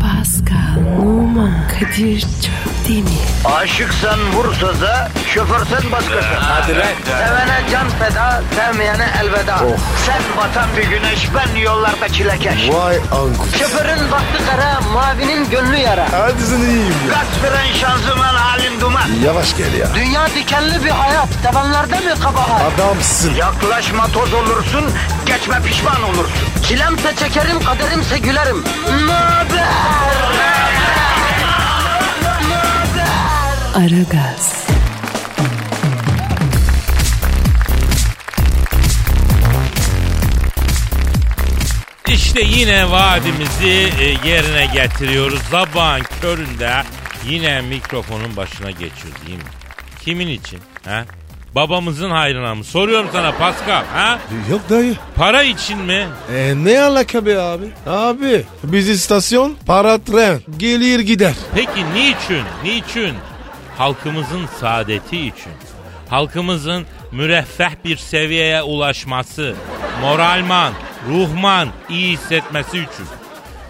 Pascal, Numan, Kadir çok değil mi? Aşıksan vursa da, şoförsen başkasın. Hadi lan. Sevene can feda, sevmeyene elveda. Sen batan bir güneş, ben yollarda çilekeş. Vay anku. Şoförün baktı kara, mavinin gönlü yara. Hadi sen iyiyim ya. Kasperen şanzıman halin duman. Yavaş gel ya. Dünya dikenli bir hayat, sevenlerde mi kabahar? Adamsın. Yaklaşma toz olursun, geçme pişman olursun. Çilemse çekerim, kaderimse gülerim. Möber! Aragaz, İşte yine vaadimizi e, yerine getiriyoruz. Sabahın köründe yine mikrofonun başına geçiyoruz değil mi? Kimin için? Ha? Babamızın hayrına mı? Soruyorum sana Pascal. Ha? Yok dayı. Para için mi? E ne alaka be abi? Abi biz istasyon para tren gelir gider. Peki niçin? Niçin? Halkımızın saadeti için. Halkımızın müreffeh bir seviyeye ulaşması, moralman, ruhman iyi hissetmesi için.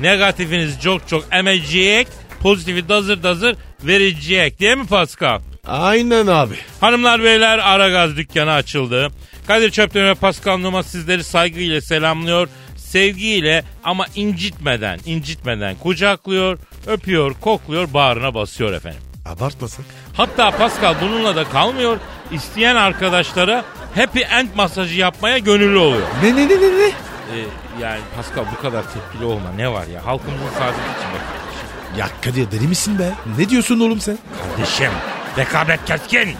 Negatifiniz çok çok emecek, pozitifi dazır dazır verecek değil mi Pascal? Aynen abi. Hanımlar beyler Aragaz dükkanı açıldı. Kadir Çöpten ve Pascal Numa sizleri saygıyla selamlıyor. Sevgiyle ama incitmeden, incitmeden kucaklıyor, öpüyor, kokluyor, bağrına basıyor efendim. Abartmasın. Hatta Pascal bununla da kalmıyor. İsteyen arkadaşlara happy end masajı yapmaya gönüllü oluyor. Ne ne ne ne ne? Ee, yani Pascal bu kadar tepkili olma ne var ya halkımızın saadeti için bak. Ya Kadir deli misin be? Ne diyorsun oğlum sen? Kardeşim rekabet keskin.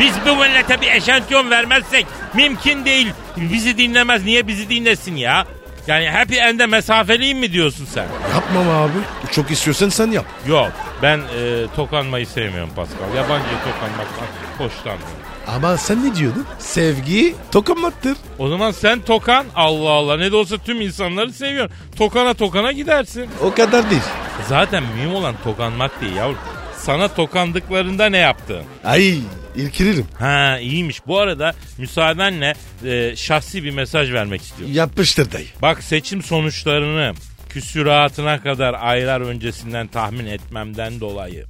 Biz bu millete bir eşantiyon vermezsek mümkün değil. Bizi dinlemez. Niye bizi dinlesin ya? Yani happy end'e mesafeliyim mi diyorsun sen? Yapmam abi. Çok istiyorsan sen yap. Yok ben e, tokanmayı sevmiyorum Pascal. Yabancıya tokanmaktan hoşlanmıyorum. Ama sen ne diyordun? Sevgi tokamaktır. O zaman sen tokan Allah Allah ne de olsa tüm insanları seviyorsun. Tokana tokana gidersin. O kadar değil. Zaten mühim olan tokanmak değil yavrum. Sana tokandıklarında ne yaptın? Ay irkilirim. Ha iyiymiş. Bu arada müsaadenle e, şahsi bir mesaj vermek istiyorum. Yapmıştır dayı. Bak seçim sonuçlarını küsüratına kadar aylar öncesinden tahmin etmemden dolayı.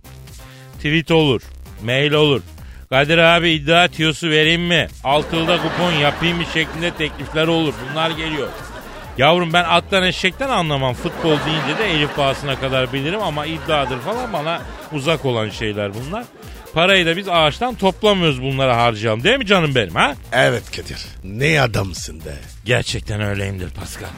Tweet olur, mail olur. Kadir abi iddia tiyosu vereyim mi? Altılda kupon yapayım mı şeklinde teklifler olur. Bunlar geliyor. Yavrum ben attan eşekten anlamam. Futbol deyince de Elif bağısına kadar bilirim ama iddiadır falan bana uzak olan şeyler bunlar. Parayı da biz ağaçtan toplamıyoruz bunlara harcayalım. Değil mi canım benim ha? Evet Kadir. Ne adamsın be. Gerçekten öyleyimdir Pascal.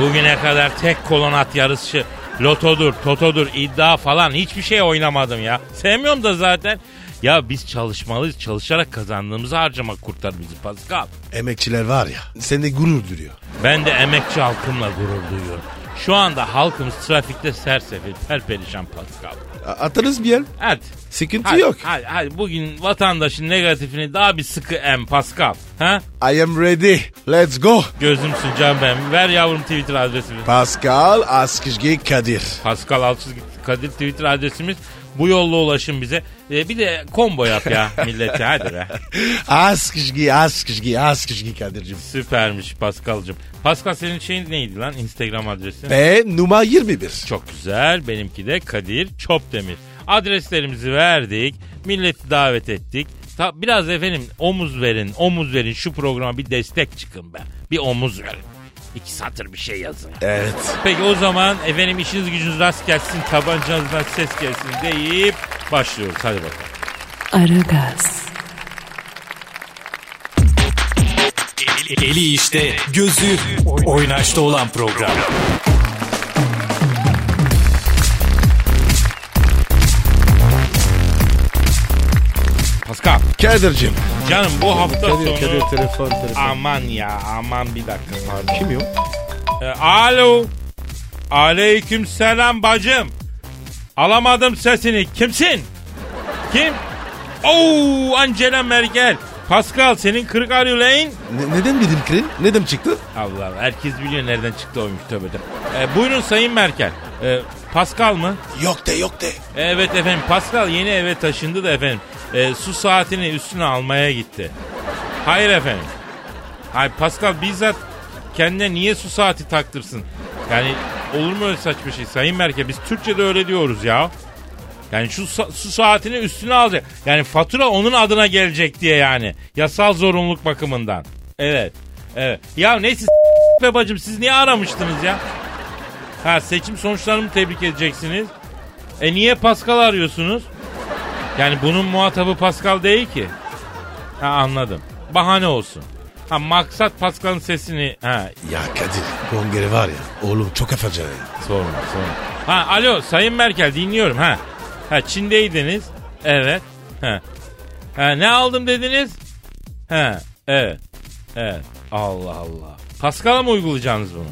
Bugüne kadar tek kolon at yarışçı, lotodur, totodur, iddia falan hiçbir şey oynamadım ya. Sevmiyorum da zaten. Ya biz çalışmalıyız. Çalışarak kazandığımızı harcamak kurtar bizi Pascal. Emekçiler var ya. Seni gurur duruyor. Ben de emekçi halkımla gurur duyuyorum. Şu anda halkımız trafikte sersefil, perperişan Pascal. A- atarız bir el. Evet. Sıkıntı Hadi, yok. Hadi, hadi bugün vatandaşın negatifini daha bir sıkı em Pascal. Ha? I am ready. Let's go. Gözümsün can benim. Ver yavrum Twitter adresini. Pascal Askizgi Kadir. Pascal Altçizgi Kadir Twitter adresimiz. Bu yolla ulaşın bize. Ee, bir de combo yap ya millete hadi be. Askizgi, Askizgi, Askizgi Kadir'cim. Süpermiş Pascal'cığım. Pascal senin şeyin neydi lan Instagram adresin? Ve numara 21. Çok güzel. Benimki de Kadir Çopdemir. Adreslerimizi verdik. Milleti davet ettik. Ta- biraz efendim omuz verin, omuz verin. Şu programa bir destek çıkın be. Bir omuz verin. İki satır bir şey yazın. Evet. Peki o zaman efendim işiniz gücünüz rast gelsin, tabancanızdan ses gelsin deyip başlıyoruz. Hadi bakalım. Aragaz, Eli, eli işte, gözü oynaşta olan program. Pascal. Kadir'cim. Canım bu hafta sonu... telefon, telefon. Aman ya aman bir dakika pardon. Kim yok? Ee, alo. Aleyküm selam bacım. Alamadım sesini. Kimsin? Kim? Oo Angela Merkel. Pascal senin kırık arıyor lan. Ne- neden benim krin? Neden çıktı? Allah Allah herkes biliyor nereden çıktı oymuş tövbe de. Ee, buyurun Sayın Merkel. Ee, Pascal mı? Yok de yok de. Evet efendim Pascal yeni eve taşındı da efendim e, su saatini üstüne almaya gitti. Hayır efendim. Hayır Pascal bizzat kendine niye su saati taktırsın? Yani olur mu öyle saçma şey Sayın Berke? Biz Türkçe'de öyle diyoruz ya. Yani şu sa- su saatini üstüne alacak. Yani fatura onun adına gelecek diye yani. Yasal zorunluluk bakımından. Evet. Evet. Ya neyse s- be bacım siz niye aramıştınız ya? Ha seçim sonuçlarını mı tebrik edeceksiniz? E niye Pascal arıyorsunuz? Yani bunun muhatabı Pascal değil ki. Ha anladım. Bahane olsun. Ha maksat Pascal'ın sesini ha Ya Kadir kongre var ya oğlum çok afacan ya. Sorma sorma. Ha alo Sayın Merkel dinliyorum ha. Ha Çin'deydiniz. Evet. Ha. ha ne aldım dediniz? Ha evet. Evet. Allah Allah. Pascal'a mı uygulayacaksınız bunu?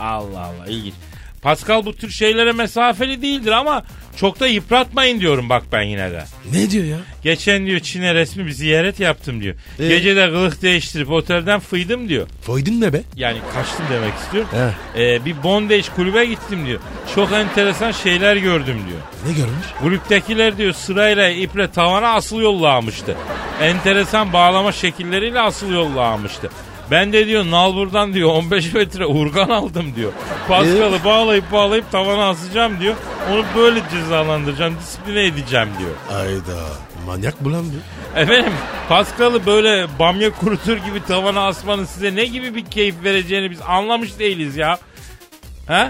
Allah Allah ilginç. Pascal bu tür şeylere mesafeli değildir ama çok da yıpratmayın diyorum bak ben yine de. Ne diyor ya? Geçen diyor Çin'e resmi bir ziyaret yaptım diyor. Ee? Gece de kılık değiştirip otelden fıydım diyor. Foydun ne be? Yani kaçtım demek istiyorum. Ee, bir bondage kulübe gittim diyor. Çok enteresan şeyler gördüm diyor. Ne görmüş? Kulüptekiler diyor sırayla iple tavana asıl yollamıştı. Enteresan bağlama şekilleriyle asıl yollamıştı. Ben de diyor nalburdan diyor 15 metre urgan aldım diyor. Paskalı bağlayıp bağlayıp tavana asacağım diyor. Onu böyle cezalandıracağım, disipline edeceğim diyor. Ayda manyak bu lan bu. Efendim Paskal'ı böyle bamya kurutur gibi tavana asmanın size ne gibi bir keyif vereceğini biz anlamış değiliz ya. He?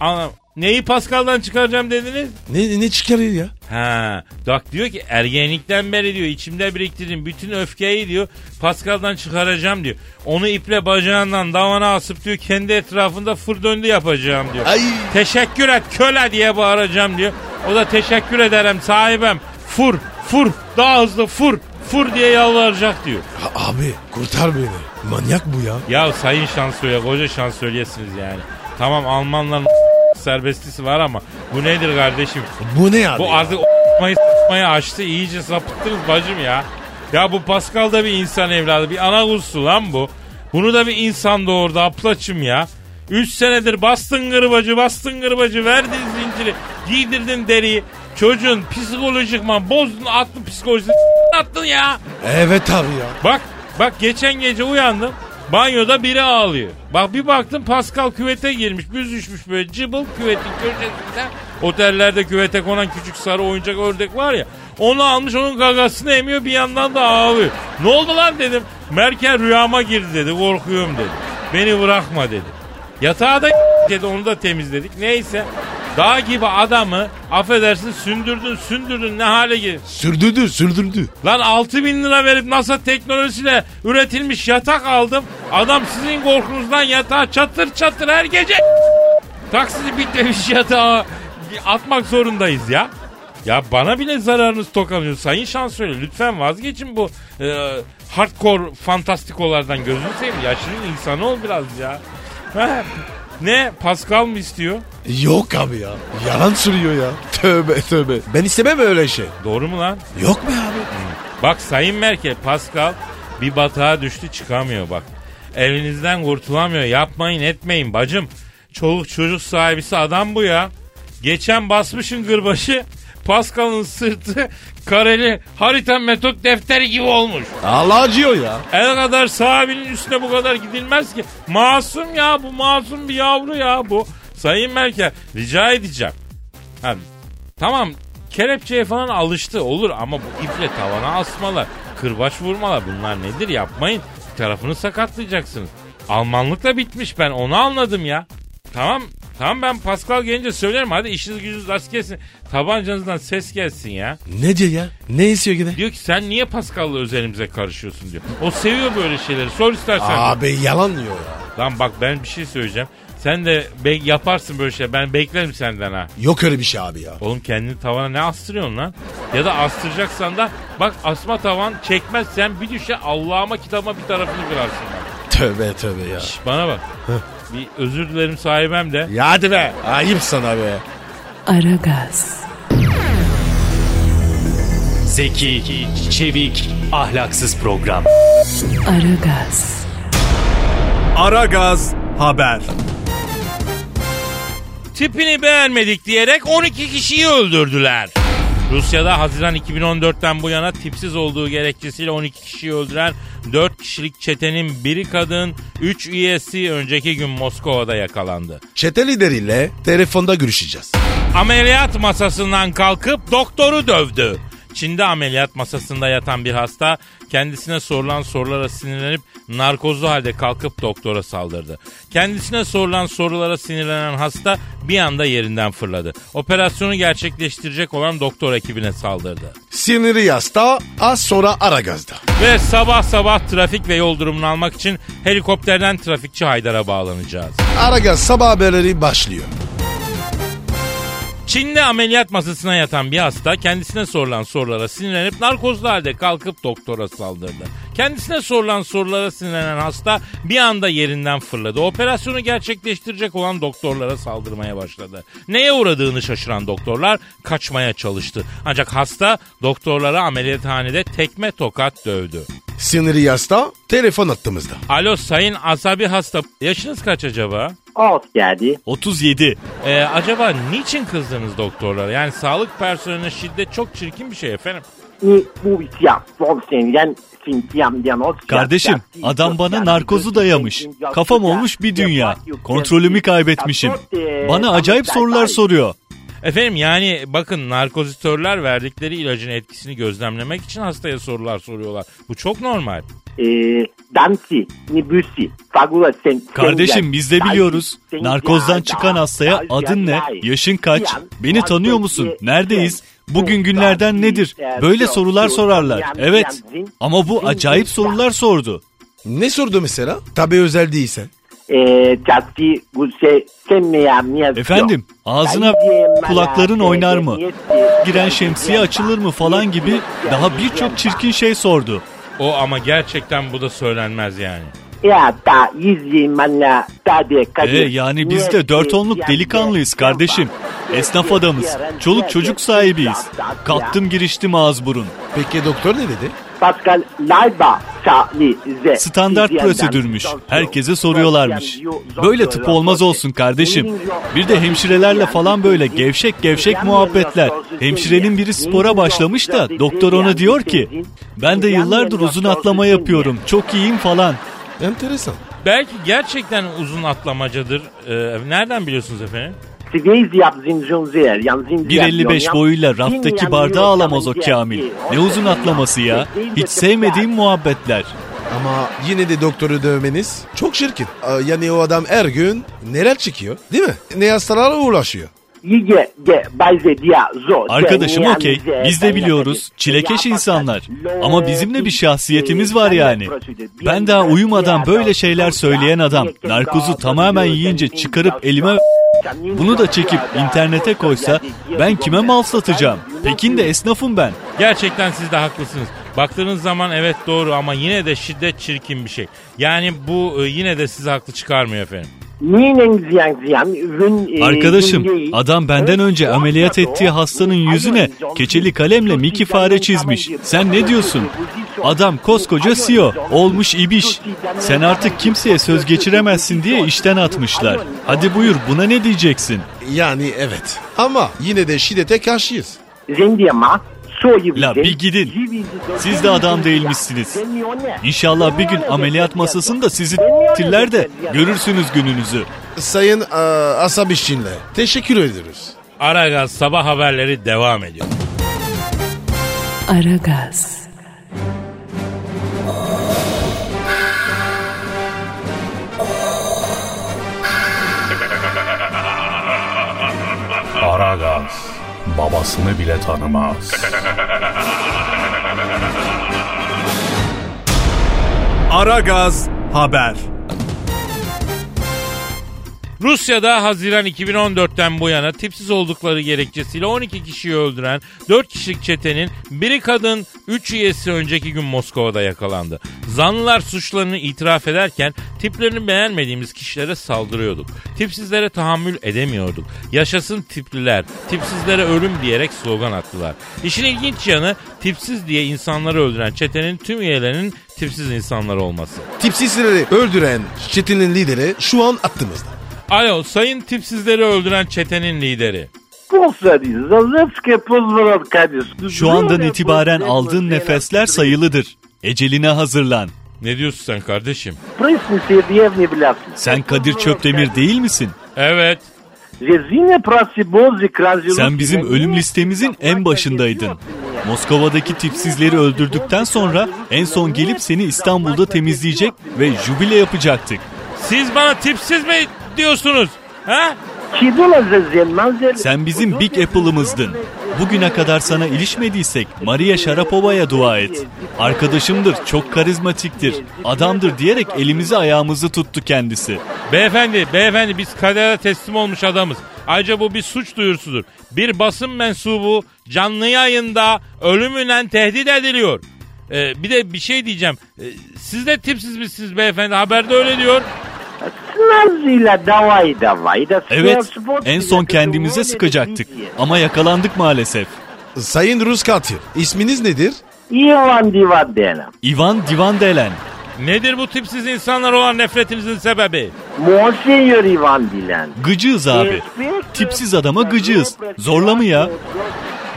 Anlam. Neyi Paskal'dan çıkaracağım dediniz? Ne, ne çıkarıyor ya? Ha, Dak diyor ki ergenlikten beri diyor içimde biriktirdiğim bütün öfkeyi diyor Paskal'dan çıkaracağım diyor. Onu iple bacağından davana asıp diyor kendi etrafında fır döndü yapacağım diyor. Ay. Teşekkür et köle diye bağıracağım diyor. O da teşekkür ederim sahibem. Fur, fur, daha hızlı fur, fur diye yalvaracak diyor. A- abi kurtar beni. Manyak bu ya. Ya sayın şansölye, koca şansölyesiniz yani. Tamam Almanların serbestisi var ama bu nedir kardeşim? Bu ne abi? Bu ya? artık o**mayı s**mayı açtı. iyice sapıttınız bacım ya. Ya bu Pascal da bir insan evladı. Bir ana kuzusu lan bu. Bunu da bir insan doğurdu aplaçım ya. Üç senedir bastın gırbacı bastın gırbacı verdin zinciri giydirdin deriyi. Çocuğun psikolojikman bozdun attın psikolojisini attın ya. Evet abi ya. Bak bak geçen gece uyandım. Banyoda biri ağlıyor. Bak bir baktım Pascal küvete girmiş. Büzüşmüş böyle cıbıl küvetin köşesinde. Otellerde küvete konan küçük sarı oyuncak ördek var ya. Onu almış onun gagasını emiyor bir yandan da ağlıyor. Ne oldu lan dedim. Merkel rüyama girdi dedi korkuyorum dedi. Beni bırakma dedi. Yatağı da dedi onu da temizledik. Neyse dağ gibi adamı affedersin sündürdün sündürdün ne hale gelir. Sürdürdü sürdürdü. Lan 6000 bin lira verip NASA teknolojisiyle üretilmiş yatak aldım. Adam sizin korkunuzdan yatağa çatır çatır her gece taksidi bitmemiş yatağa atmak zorundayız ya. Ya bana bile zararınız tokamıyor. Sayın şansölye lütfen vazgeçin bu e, hardcore fantastikolardan gözünü seveyim. Yaşının insanı ol biraz ya. Heh. ne Pascal mı istiyor? Yok abi ya. Yalan sürüyor ya. Tövbe tövbe. Ben istemem öyle şey. Doğru mu lan? Yok be abi. Bak Sayın Merkel, Pascal bir batağa düştü çıkamıyor bak. Elinizden kurtulamıyor. Yapmayın etmeyin bacım. Çoluk çocuk sahibisi adam bu ya. Geçen basmışın gırbaşı. Pascal'ın sırtı kareli harita metot defteri gibi olmuş. Allah acıyor ya. El kadar sahibinin üstüne bu kadar gidilmez ki. Masum ya bu masum bir yavru ya bu. Sayın Merkel rica edeceğim. Ha, tamam kelepçeye falan alıştı olur ama bu iple tavana asmalar, kırbaç vurmalar bunlar nedir yapmayın. Bir tarafını sakatlayacaksınız. Almanlıkla bitmiş ben onu anladım ya. Tamam tamam ben Pascal gelince söylerim hadi işiniz gücünüz az kesin. Tabancanızdan ses gelsin ya. Ne diyor ya? Ne istiyor gide? Diyor ki sen niye Pascal'la özelimize karışıyorsun diyor. O seviyor böyle şeyleri. Sor istersen. Abi yalan diyor ya. Lan bak ben bir şey söyleyeceğim. Sen de be- yaparsın böyle şey. Ben beklerim senden ha. Yok öyle bir şey abi ya. Oğlum kendini tavana ne astırıyorsun lan? Ya da astıracaksan da bak asma tavan çekmezsen bir düşe Allah'ıma kitabıma bir tarafını kırarsın. Bak. Tövbe tövbe ya. Şş, bana bak. bir özür dilerim sahibem de. Ya hadi be. Ayıp sana be. Aragaz, Zeki, çevik, ahlaksız program. Aragaz, Aragaz haber. Tipini beğenmedik diyerek 12 kişiyi öldürdüler. Rusya'da Haziran 2014'ten bu yana tipsiz olduğu gerekçesiyle 12 kişiyi öldüren 4 kişilik çetenin biri kadın, 3 üyesi önceki gün Moskova'da yakalandı. Çete lideriyle telefonda görüşeceğiz. Ameliyat masasından kalkıp doktoru dövdü. Çin'de ameliyat masasında yatan bir hasta kendisine sorulan sorulara sinirlenip narkozlu halde kalkıp doktora saldırdı. Kendisine sorulan sorulara sinirlenen hasta bir anda yerinden fırladı. Operasyonu gerçekleştirecek olan doktor ekibine saldırdı. Siniri yasta az sonra ara gazda. Ve sabah sabah trafik ve yol durumunu almak için helikopterden trafikçi Haydar'a bağlanacağız. Ara gaz sabah haberleri başlıyor. Çin'de ameliyat masasına yatan bir hasta kendisine sorulan sorulara sinirlenip narkozlu halde kalkıp doktora saldırdı. Kendisine sorulan sorulara sinirlenen hasta bir anda yerinden fırladı. Operasyonu gerçekleştirecek olan doktorlara saldırmaya başladı. Neye uğradığını şaşıran doktorlar kaçmaya çalıştı. Ancak hasta doktorlara ameliyathanede tekme tokat dövdü. Siniri yasta telefon attığımızda. Alo sayın asabi hasta yaşınız kaç acaba? Alt geldi. 37. Ee, acaba niçin kızdınız doktorlara? Yani sağlık personeline şiddet çok çirkin bir şey efendim. Bu bu siyah. Sol senden sintiyam diyan o siyah, Kardeşim, siyah, adam siyah, bana siyah, narkozu siyah, dayamış. siyah, Kafam siyah, olmuş bir siyah, dünya. siyah, Kontrolümü siyah, kaybetmişim. siyah, Bana siyah, acayip siyah, sorular siyah. soruyor. Efendim yani bakın narkozitörler verdikleri ilacın etkisini gözlemlemek için hastaya sorular soruyorlar. Bu çok normal. Ee, Dansi, Nibüsi, Fagula sen... Kardeşim sen- biz de Dansi, biliyoruz. sen- Narkozdan ya, çıkan ya, hastaya ya, adın ne, ya, yaşın kaç, ya, beni tanıyor musun, neredeyiz, bugün günlerden nedir? Böyle sorular sorarlar. Evet. Ama bu acayip sorular sordu. Ne sordu mesela? Tabii özel değilsen. Ee, Dansi, Guse, sen mi ya, mi ya- Efendim, ağzına kulakların oynar mı? Giren şemsiye açılır mı falan gibi daha birçok çirkin şey sordu. O ama gerçekten bu da söylenmez yani. Ya da izi manla da de E kadir. yani biz de dört onluk delikanlıyız kardeşim. Esnaf adamız. Çoluk çocuk sahibiyiz. Kaptım giriştim ağız burun. Peki doktor ne dedi? Pascal Lalba Sali Z. Standart prosedürmüş. Herkese soruyorlarmış. Böyle tıp olmaz olsun kardeşim. Bir de hemşirelerle falan böyle gevşek gevşek muhabbetler. Hemşirenin biri spora başlamış da doktor ona diyor ki ben de yıllardır uzun atlama yapıyorum. Çok iyiyim falan. Enteresan. Belki gerçekten uzun atlamacadır. Ee, nereden biliyorsunuz efendim? 1.55 boyuyla raftaki bardağı alamaz o Kamil. Ne uzun atlaması ya. Hiç sevmediğim muhabbetler. Ama yine de doktoru dövmeniz çok çirkin. Aa, Yani o adam her gün neler çıkıyor değil mi? Ne hastalara uğraşıyor. Arkadaşım okey. Biz de biliyoruz. Çilekeş insanlar. Ama bizim de bir şahsiyetimiz var yani. Ben daha uyumadan böyle şeyler söyleyen adam narkozu tamamen yiyince çıkarıp elime bunu da çekip internete koysa ben kime mal satacağım? Pekin de esnafım ben. Gerçekten siz de haklısınız. Baktığınız zaman evet doğru ama yine de şiddet çirkin bir şey. Yani bu e, yine de sizi haklı çıkarmıyor efendim. Ee, Arkadaşım adam benden önce ameliyat ettiği hastanın yüzüne keçeli kalemle Mickey fare çizmiş. Sen ne diyorsun? Adam koskoca CEO olmuş ibiş. Sen artık kimseye söz geçiremezsin diye işten atmışlar. Hadi buyur buna ne diyeceksin? Yani evet. Ama yine de şiddete karşıyız. La bir gidin. Siz de adam değilmişsiniz. İnşallah bir gün ameliyat masasında sizi tiller de görürsünüz gününüzü. Sayın e, Asap İşçinle teşekkür ederiz. Aragaz sabah haberleri devam ediyor. Aragaz, Aragaz babasını bile tanımaz. Aragaz Haber. Rusya'da Haziran 2014'ten bu yana tipsiz oldukları gerekçesiyle 12 kişiyi öldüren 4 kişilik çetenin biri kadın 3 üyesi önceki gün Moskova'da yakalandı. Zanlılar suçlarını itiraf ederken tiplerini beğenmediğimiz kişilere saldırıyorduk. Tipsizlere tahammül edemiyorduk. Yaşasın tipliler, tipsizlere ölüm diyerek slogan attılar. İşin ilginç yanı tipsiz diye insanları öldüren çetenin tüm üyelerinin tipsiz insanlar olması. Tipsizleri öldüren çetinin lideri şu an attığımızda. Alo sayın tipsizleri öldüren çetenin lideri. Şu andan itibaren aldığın nefesler sayılıdır. Eceline hazırlan. Ne diyorsun sen kardeşim? Sen Kadir Çöpdemir değil misin? Evet. Sen bizim ölüm listemizin en başındaydın. Moskova'daki tipsizleri öldürdükten sonra en son gelip seni İstanbul'da temizleyecek ve jubile yapacaktık. Siz bana tipsiz mi diyorsunuz? Ha? Sen bizim Big Apple'ımızdın. Bugüne kadar sana ilişmediysek Maria Sharapova'ya dua et. Arkadaşımdır, çok karizmatiktir, adamdır diyerek elimizi ayağımızı tuttu kendisi. Beyefendi, beyefendi biz kadere teslim olmuş adamız. Ayrıca bu bir suç duyurusudur. Bir basın mensubu canlı yayında ölümüyle tehdit ediliyor. Ee, bir de bir şey diyeceğim. Ee, siz de tipsiz misiniz beyefendi? Haberde öyle diyor. Evet, en son kendimize sıkacaktık ama yakalandık maalesef. Sayın Rus katil isminiz nedir? Ivan Divan denen. Ivan Divandelen. Nedir bu tipsiz insanlar olan nefretinizin sebebi? Monsignor Ivan Dilen. Gıcığız abi. Tipsiz adama gıcığız. Zorlama ya.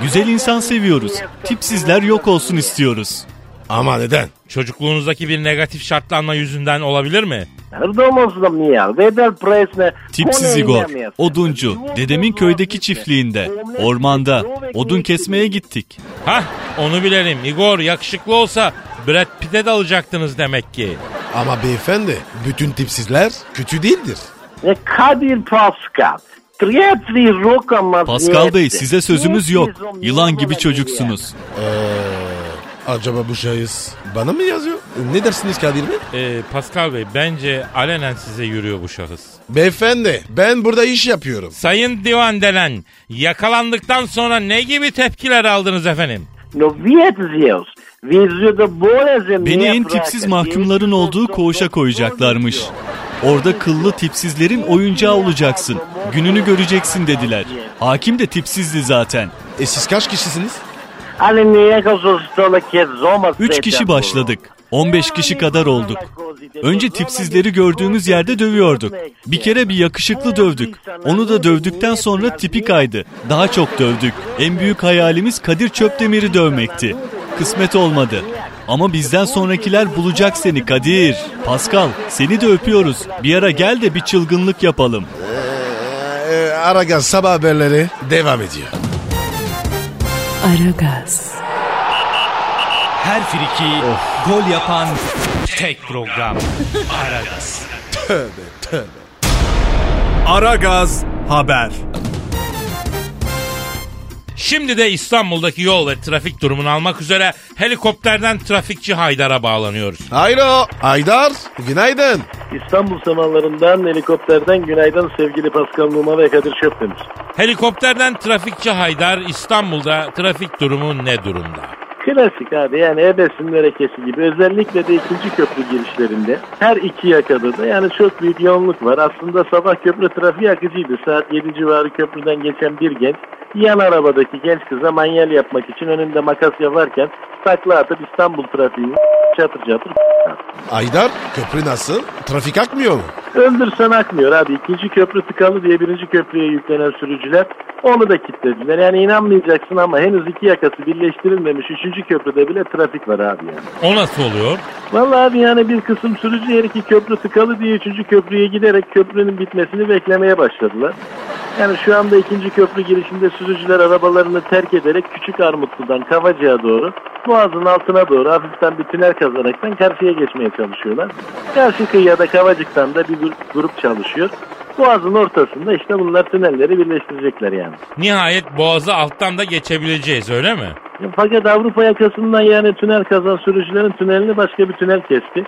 Güzel insan seviyoruz. Tipsizler yok olsun istiyoruz. Ama neden? Çocukluğunuzdaki bir negatif şartlanma yüzünden olabilir mi? Hırdomuzlum niyer. Vedel presne. Tipsiz Igor, oduncu, dedemin köydeki çiftliğinde, ormanda, odun kesmeye gittik. Hah onu bilelim. Igor yakışıklı olsa Brad Pitt'e de alacaktınız demek ki. Ama beyefendi bütün tipsizler kötü değildir. E, Kadir Pascal. Trietri rokamaz. Pascal Bey size sözümüz yok. Yılan gibi çocuksunuz. Acaba bu şahıs bana mı yazıyor? Ne dersiniz Kadir Bey? Ee, Pascal Bey bence alenen size yürüyor bu şahıs. Beyefendi ben burada iş yapıyorum. Sayın Divan Delen yakalandıktan sonra ne gibi tepkiler aldınız efendim? No viet Zeus. Virjuda boleze Beni en tipsiz mahkumların olduğu koğuşa koyacaklarmış. Orada kıllı tipsizlerin oyuncağı olacaksın. Gününü göreceksin dediler. Hakim de tipsizdi zaten. E siz kaç kişisiniz? Ali niye kazostola kezoma. Üç kişi başladık. 15 kişi kadar olduk. Önce tipsizleri gördüğümüz yerde dövüyorduk. Bir kere bir yakışıklı dövdük. Onu da dövdükten sonra tipi kaydı. Daha çok dövdük. En büyük hayalimiz Kadir Çöpdemir'i dövmekti. Kısmet olmadı. Ama bizden sonrakiler bulacak seni Kadir. Pascal seni de öpüyoruz. Bir ara gel de bir çılgınlık yapalım. Ee, Aragaz sabah haberleri devam ediyor. Aragaz, Her friki gol yapan tek program. Aragaz Haber. Şimdi de İstanbul'daki yol ve trafik durumunu almak üzere helikopterden trafikçi Haydar'a bağlanıyoruz. Hayro. Aydar. Günaydın. İstanbul semalarından helikopterden günaydın sevgili Pascal Numa ve Kadir Çöpdemir. Helikopterden trafikçi Haydar İstanbul'da trafik durumu ne durumda? Klasik abi yani ebesin hareketi gibi özellikle de ikinci köprü girişlerinde her iki yakada da yani çok büyük yoğunluk var. Aslında sabah köprü trafiği akıcıydı. Saat 7 civarı köprüden geçen bir genç yan arabadaki genç kıza manyel yapmak için önünde makas yaparken takla atıp İstanbul trafiğini çatır çatır Aydar köprü nasıl? Trafik akmıyor mu? Öldürsen akmıyor abi. İkinci köprü tıkalı diye birinci köprüye yüklenen sürücüler onu da kilitlediler. Yani inanmayacaksın ama henüz iki yakası birleştirilmemiş üçüncü köprüde bile trafik var abi yani. O nasıl oluyor? Vallahi abi yani bir kısım sürücü her iki köprü tıkalı diye üçüncü köprüye giderek köprünün bitmesini beklemeye başladılar. Yani şu anda ikinci köprü girişinde sürücüler arabalarını terk ederek Küçük Armutlu'dan Kavacı'ya doğru Boğaz'ın altına doğru hafiften bir tünel kazaraktan karşıya geçmeye çalışıyorlar. Karşı kıyıya da Kavacık'tan da bir gru- grup çalışıyor. Boğaz'ın ortasında işte bunlar tünelleri birleştirecekler yani. Nihayet boğazı alttan da geçebileceğiz öyle mi? Fakat Avrupa yakasından yani tünel kazan sürücülerin tünelini başka bir tünel kesti.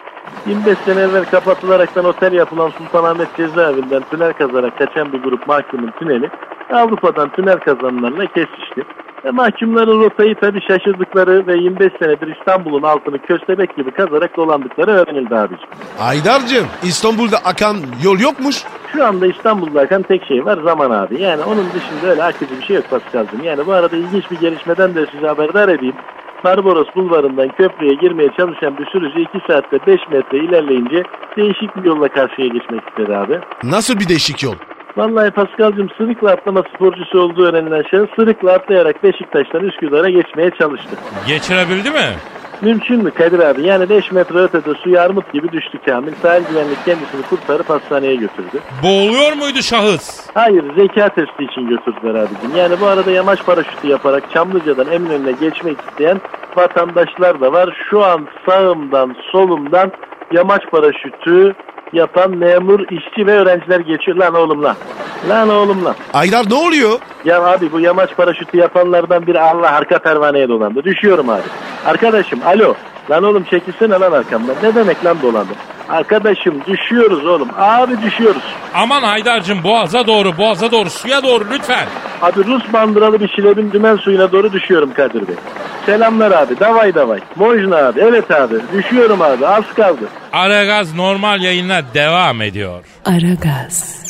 25 sene evvel kapatılaraktan otel yapılan Sultanahmet cezaevinden tünel kazarak kaçan bir grup mahkumun tüneli Avrupa'dan tünel kazanlarla kesişti. E, mahkumların rotayı tabii şaşırdıkları ve 25 senedir İstanbul'un altını köstebek gibi kazarak dolandıkları öğrenildi abiciğim. Aydar'cığım İstanbul'da akan yol yokmuş. Şu anda İstanbul'da akan tek şey var zaman abi. Yani onun dışında öyle akıcı bir şey yok Paskal'cığım. Yani bu arada ilginç bir gelişmeden de size haberdar edeyim. Barbaros bulvarından köprüye girmeye çalışan bir sürücü 2 saatte 5 metre ilerleyince değişik bir yolla karşıya geçmek istedi abi. Nasıl bir değişik yol? Vallahi Paskal'cığım sırıkla atlama sporcusu olduğu öğrenilen şahıs sırıkla atlayarak Beşiktaş'tan Üsküdar'a geçmeye çalıştı. Geçirebildi mi? Mümkün mü Kadir abi? Yani 5 metre ötede su yarmık gibi düştü Kamil. Sahil güvenlik kendisini kurtarıp hastaneye götürdü. Boğuluyor muydu şahıs? Hayır zeka testi için götürdüler abicim. Yani bu arada yamaç paraşütü yaparak Çamlıca'dan Eminönü'ne geçmek isteyen vatandaşlar da var. Şu an sağımdan solumdan yamaç paraşütü yapan memur, işçi ve öğrenciler geçiyor. Lan oğlum lan. Lan oğlum lan. Aydar ne oluyor? Ya abi bu yamaç paraşütü yapanlardan biri Allah arka pervaneye dolandı. Düşüyorum abi. Arkadaşım alo. Lan oğlum çekilsene lan arkamdan. Ne demek lan dolandı? Arkadaşım düşüyoruz oğlum. Abi düşüyoruz. Aman Haydar'cığım boğaza doğru, boğaza doğru, suya doğru lütfen. Abi Rus bandıralı bir şilebin dümen suyuna doğru düşüyorum Kadir Bey. Selamlar abi. Davay davay. Mojna abi. Evet abi. Düşüyorum abi. Az kaldı. Aragaz normal yayınlar devam ediyor. Aragaz,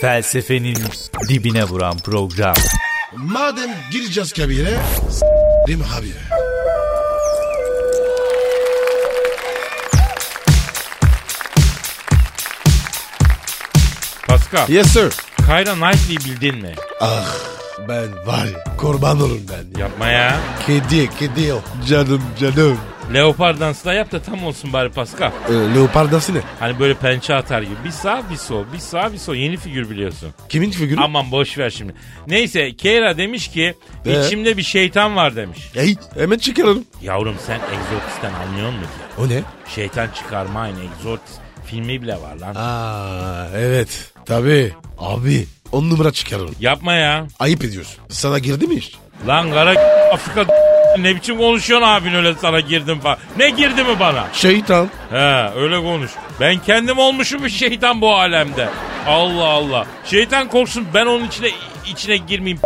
Felsefenin dibine vuran program. Madem gireceğiz kabire, s**rim habire. Pascal, Yes sir. Kayra Knightley'i bildin mi? Ah ben var ya, kurban olurum ben ya. Yapma ya. Kedi, kedi o. Canım canım. Leopar dansı da yap da tam olsun bari Pascal. Ee, leopar dansı ne? Hani böyle pençe atar gibi. Bir sağ bir sol, bir sağ bir sol. Yeni figür biliyorsun. Kimin figürü? Aman boş ver şimdi. Neyse Keyra demiş ki Ee? içimde bir şeytan var demiş. Hey, hemen çıkaralım. Yavrum sen egzotisten anlıyor musun ki? O ne? Şeytan çıkarma aynı egzotist filmi bile var lan. Aa evet. Tabii. Abi on numara çıkaralım. Yapma ya. Ayıp ediyorsun. Sana girdi mi iş? Lan kara Afrika ne biçim konuşuyorsun abin öyle sana girdim falan. Ne girdi mi bana? Şeytan. He öyle konuş. Ben kendim olmuşum bir şeytan bu alemde. Allah Allah. Şeytan korksun ben onun içine içine girmeyeyim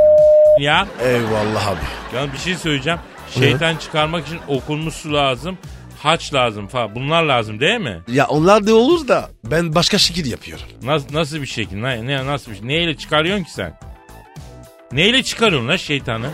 ya. Eyvallah abi. Ya bir şey söyleyeceğim. Şeytan çıkarmak için okunmuş su lazım. Haç lazım falan. Bunlar lazım değil mi? Ya onlar da olur da ben başka şekil yapıyorum. Nasıl nasıl bir şekil? Ne, ne- nasıl bir şey? Neyle çıkarıyorsun ki sen? Neyle çıkarıyorsun lan şeytanı?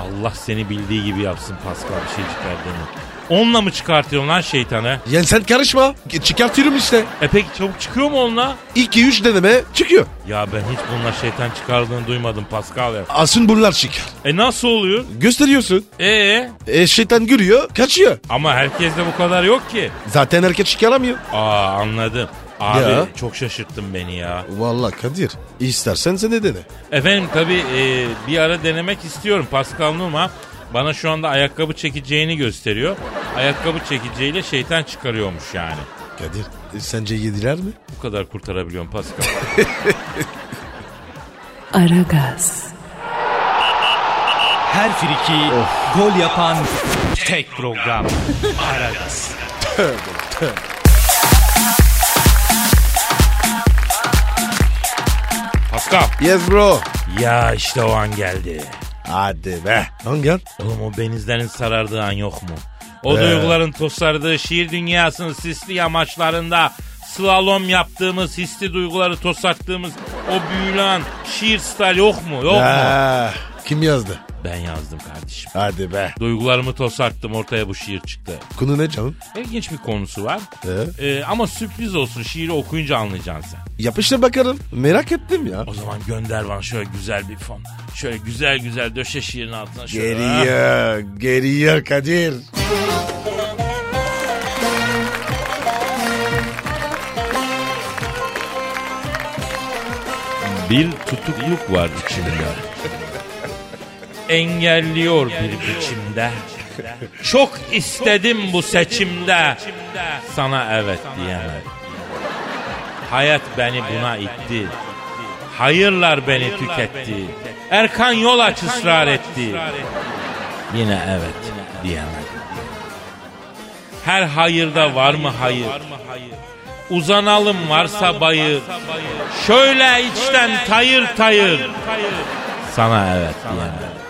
Allah seni bildiği gibi yapsın Pascal bir şey çıkardığını. Onunla mı çıkartıyorsun lan şeytanı? Yani sen karışma. Çıkartıyorum işte. E peki çabuk çıkıyor mu onunla? 2-3 deneme çıkıyor. Ya ben hiç bununla şeytan çıkardığını duymadım Pascal ya. Asın bunlar çıkar. E nasıl oluyor? Gösteriyorsun. E E, şeytan görüyor, kaçıyor. ama herkeste bu kadar yok ki. Zaten erkek çıkaramıyor. Aa anladım. Abi Ya. çok şaşırttın beni ya. Vallahi Kadir, istersen sen de dene. Efendim tabii e, bir ara denemek istiyorum Pascal Numa. Bana şu anda ayakkabı çekeceğini gösteriyor. Ayakkabı çekeceğiyle şeytan çıkarıyormuş yani. Kadir, e, sence yediler mi? Bu kadar kurtarabiliyorum Pascal. Aragaz, Her friki gol yapan tek program. Pascal. Yes bro. Ya işte o an geldi. Hadi be. Lan gel. Oğlum o benizlerin sarardığı an yok mu? O Ee. duyguların tosardığı şiir dünyasının sisli yamaçlarında slalom yaptığımız, hisli duyguları tosarttığımız o büyülü an şiir style yok mu? Yok mu? Ah, kim yazdı? Ben yazdım kardeşim. Hadi be. Duygularımı tosarttım ortaya bu şiir çıktı. Konu ne canım? İlginç bir konusu var. Ee? Ee, ama sürpriz olsun şiiri okuyunca anlayacaksın sen. Yapıştır bakalım. Merak ettim ya. O zaman gönder bana şöyle güzel bir fon. Şöyle güzel güzel döşe şiirin altına şöyle. ha? Geliyor, geliyor Kadir. Bir tutukluk var içimde. Engelliyor bir biçimde. Çok istedim bu seçimde. Sana evet diyemem. Hayat beni buna itti. Hayırlar beni tüketti. Erkan yol aç ısrar etti. Yine evet diyemedim. Her hayırda var mı hayır? Uzanalım varsa bayır. Şöyle içten tayır tayır. Sana evet diyemedim.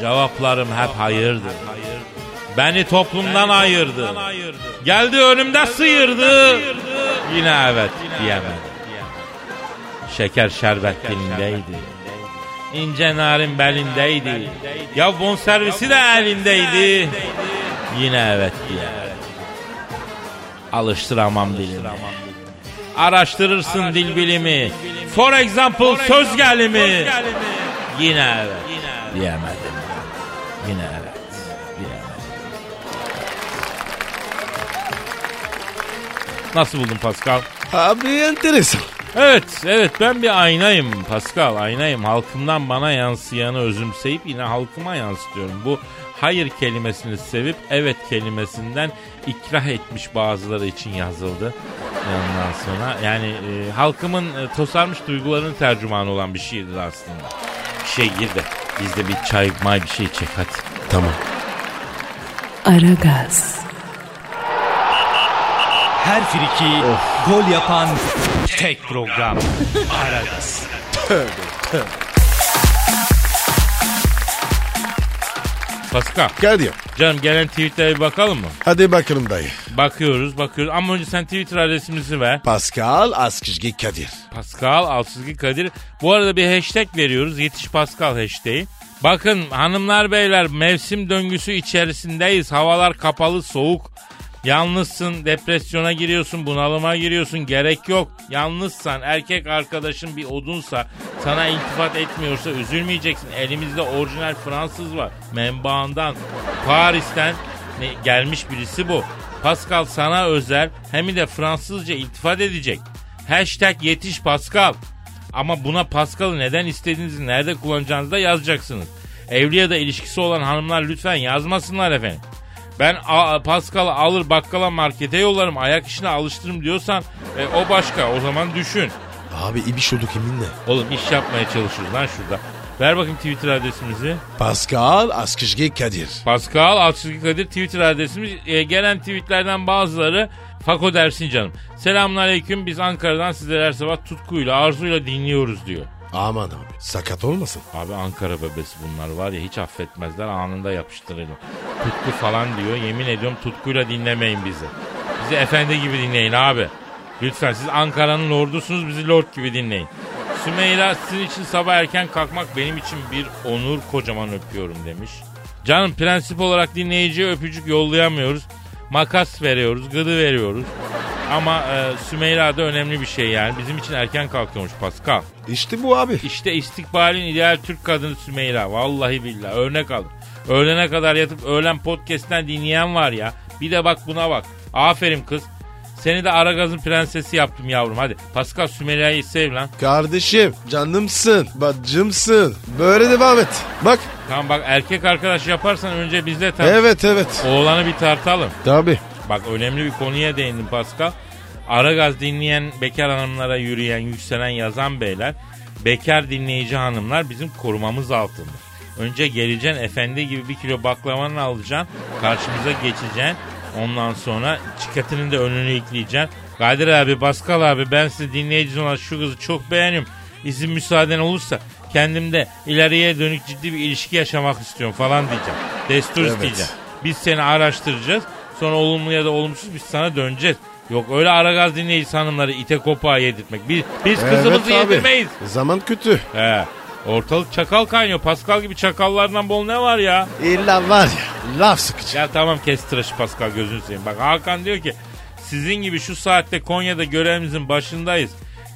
Cevaplarım hep hayırdı. Beni toplumdan ayırdı. Geldi önümde sıyırdı. Yine evet diyemedim. Şeker şerbet dilindeydi. İnce narin belindeydi. Ya bonservisi de elindeydi. Yine evet diyemedim. alıştıramam dilimi. Araştırırsın dil bilimi. For example söz gelimi. Yine evet. Diyemedim. Yine evet. Diyemedim. Nasıl buldun Pascal? Abi enteresan. Evet, evet ben bir aynayım Pascal, aynayım. Halkımdan bana yansıyanı özümseyip yine halkıma yansıtıyorum. Bu hayır kelimesini sevip evet kelimesinden ikrah etmiş bazıları için yazıldı. Ondan sonra yani e, halkımın e, tosarmış duygularının tercümanı olan bir şiirdir aslında. Bir şey gir de biz de bir çay may bir şey çek hadi. Tamam. Aragaz, Her friki gol yapan tek program. Pascal, Gel diyor. canım gelen tweetlere bir bakalım mı? Hadi bakalım dayı. Bakıyoruz, bakıyoruz. Ama önce sen Twitter adresimizi ver. Pascal Askizgi Kadir. Pascal Alsızki Kadir. Bu arada bir hashtag veriyoruz. Yetiş Pascal hashtag'i. Bakın hanımlar beyler mevsim döngüsü içerisindeyiz. Havalar kapalı soğuk. Yalnızsın, depresyona giriyorsun, bunalıma giriyorsun. Gerek yok. Yalnızsan, erkek arkadaşın bir odunsa, sana iltifat etmiyorsa üzülmeyeceksin. Elimizde orijinal Fransız var. Menbaandan, Paris'ten ne- gelmiş birisi bu. Pascal sana özel hem de Fransızca iltifat edecek. Hashtag yetiş Pascal. Ama buna Pascal'ı neden istediğinizi nerede kullanacağınızı da yazacaksınız. Evli ya da ilişkisi olan hanımlar lütfen yazmasınlar efendim. Ben a- Pascal'ı alır bakkala markete yollarım ayak işine alıştırırım diyorsan e, o başka o zaman düşün. Abi ibiş olduk yeminle. Oğlum iş yapmaya çalışıyoruz lan şurada. Ver bakayım Twitter adresimizi. Pascal Askizgi Kadir. Pascal Altçizgi Kadir Twitter adresimiz. E, gelen tweetlerden bazıları Fako dersin canım. Selamünaleyküm biz Ankara'dan sizleri her sabah tutkuyla arzuyla dinliyoruz diyor. Aman abi sakat olmasın. Abi Ankara bebesi bunlar var ya hiç affetmezler anında yapıştırırlar. Tutku falan diyor yemin ediyorum tutkuyla dinlemeyin bizi. Bizi efendi gibi dinleyin abi. Lütfen siz Ankara'nın lordusunuz bizi lord gibi dinleyin. Sümeyra sizin için sabah erken kalkmak benim için bir onur kocaman öpüyorum demiş. Canım prensip olarak dinleyiciye öpücük yollayamıyoruz. Makas veriyoruz, gıdı veriyoruz. Ama e, Sümeyra da önemli bir şey yani. Bizim için erken kalkıyormuş Pascal. İşte bu abi. İşte istikbalin ideal Türk kadını Sümeyra. Vallahi billahi örnek alın. Öğlene kadar yatıp öğlen podcast'ten dinleyen var ya. Bir de bak buna bak. Aferin kız. Seni de Aragaz'ın prensesi yaptım yavrum. Hadi Pascal Sümeyra'yı sev lan. Kardeşim canımsın, bacımsın. Böyle devam et. Bak. Tamam bak erkek arkadaş yaparsan önce bizle tart. Evet evet. Oğlanı bir tartalım. Tabi. Bak önemli bir konuya değindin Pascal. Aragaz dinleyen bekar hanımlara yürüyen, yükselen yazan beyler, bekar dinleyici hanımlar bizim korumamız altında. Önce geleceksin efendi gibi bir kilo baklavanı alacaksın, karşımıza geçeceksin. Ondan sonra çiketinin de önünü yükleyeceksin. Kadir abi, Pascal abi ben sizi dinleyici olarak şu kızı çok beğeniyorum. İzin müsaaden olursa kendimde ileriye dönük ciddi bir ilişki yaşamak istiyorum falan diyeceğim. Destur Evet. isteyeceğim. Biz seni araştıracağız. Sonra olumlu ya da olumsuz biz sana döneceğiz. Yok öyle Aragaz dinleyici hanımları ite kopağa yedirtmek. Biz, biz kızımızı Evet abi. yedirmeyiz. Zaman kötü. He. Ortalık çakal kaynıyor. Pascal gibi çakallardan bol ne var ya? İlla var ya. Laf sıkıcı. Ya tamam kes tıraşı Pascal gözünü seveyim. Bak Hakan diyor ki sizin gibi şu saatte Konya'da görevimizin başındayız.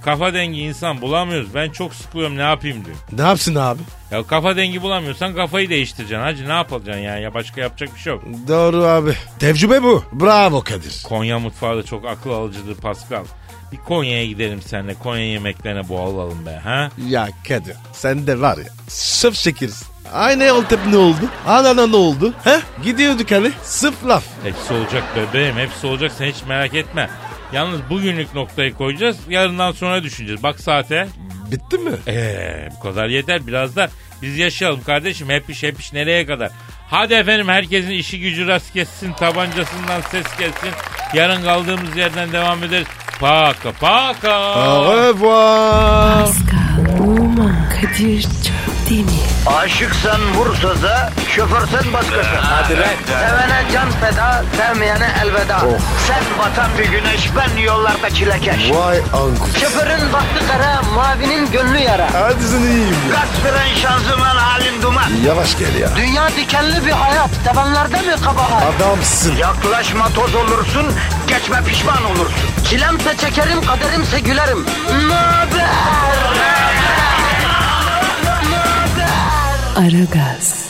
Kafa dengi insan bulamıyoruz. Ben çok sıkılıyorum ne yapayım diyor. Ne yapsın abi? Ya kafa dengi bulamıyorsan kafayı değiştireceksin hacı ne yapacaksın ya? ya başka yapacak bir şey yok. Doğru abi. Tecrübe bu. Bravo Kadir. Konya mutfağı da çok akıl alıcıdır Pascal. Bir Konya'ya gidelim seninle. Konya yemeklerine boğulalım be. Ha? Ya Kadir sen de var ya sıf şekeriz. Aynı Antep ne oldu? Adana ne oldu? He? Gidiyorduk hani sıf laf. Hepsi olacak bebeğim. Hepsi olacak. Sen hiç merak etme. Yalnız bugünlük noktayı koyacağız. Yarından sonra düşüneceğiz. Bak saate. Bitti mi? Eee bu kadar yeter. Biraz da biz yaşayalım kardeşim. Hep iş hep iş nereye kadar? Hadi efendim herkesin işi gücü rast kessin. Tabancasından ses kessin. Yarın kaldığımız yerden devam ederiz. Paka paka. Au revoir. Pascal, Oman, Kadir çok Aragaz. Aşıksan vursa da, şoförsen başkasın. Hadi lan. Sevene can feda, sevmeyene elveda. Sen batan bir güneş, ben yollarda çilekeş. Vay anku. Şoförün baktı kara, mavinin gönlü yara. Hadi sen iyiyim ya. Kasperen şanzıman halin duman. Yavaş gel ya. Dünya dikenli bir hayat, sevenlerde mi kabahar? Adamsın. Yaklaşma toz olursun, geçme pişman olursun. Çilemse çekerim, kaderimse gülerim. Möber! Aragaz.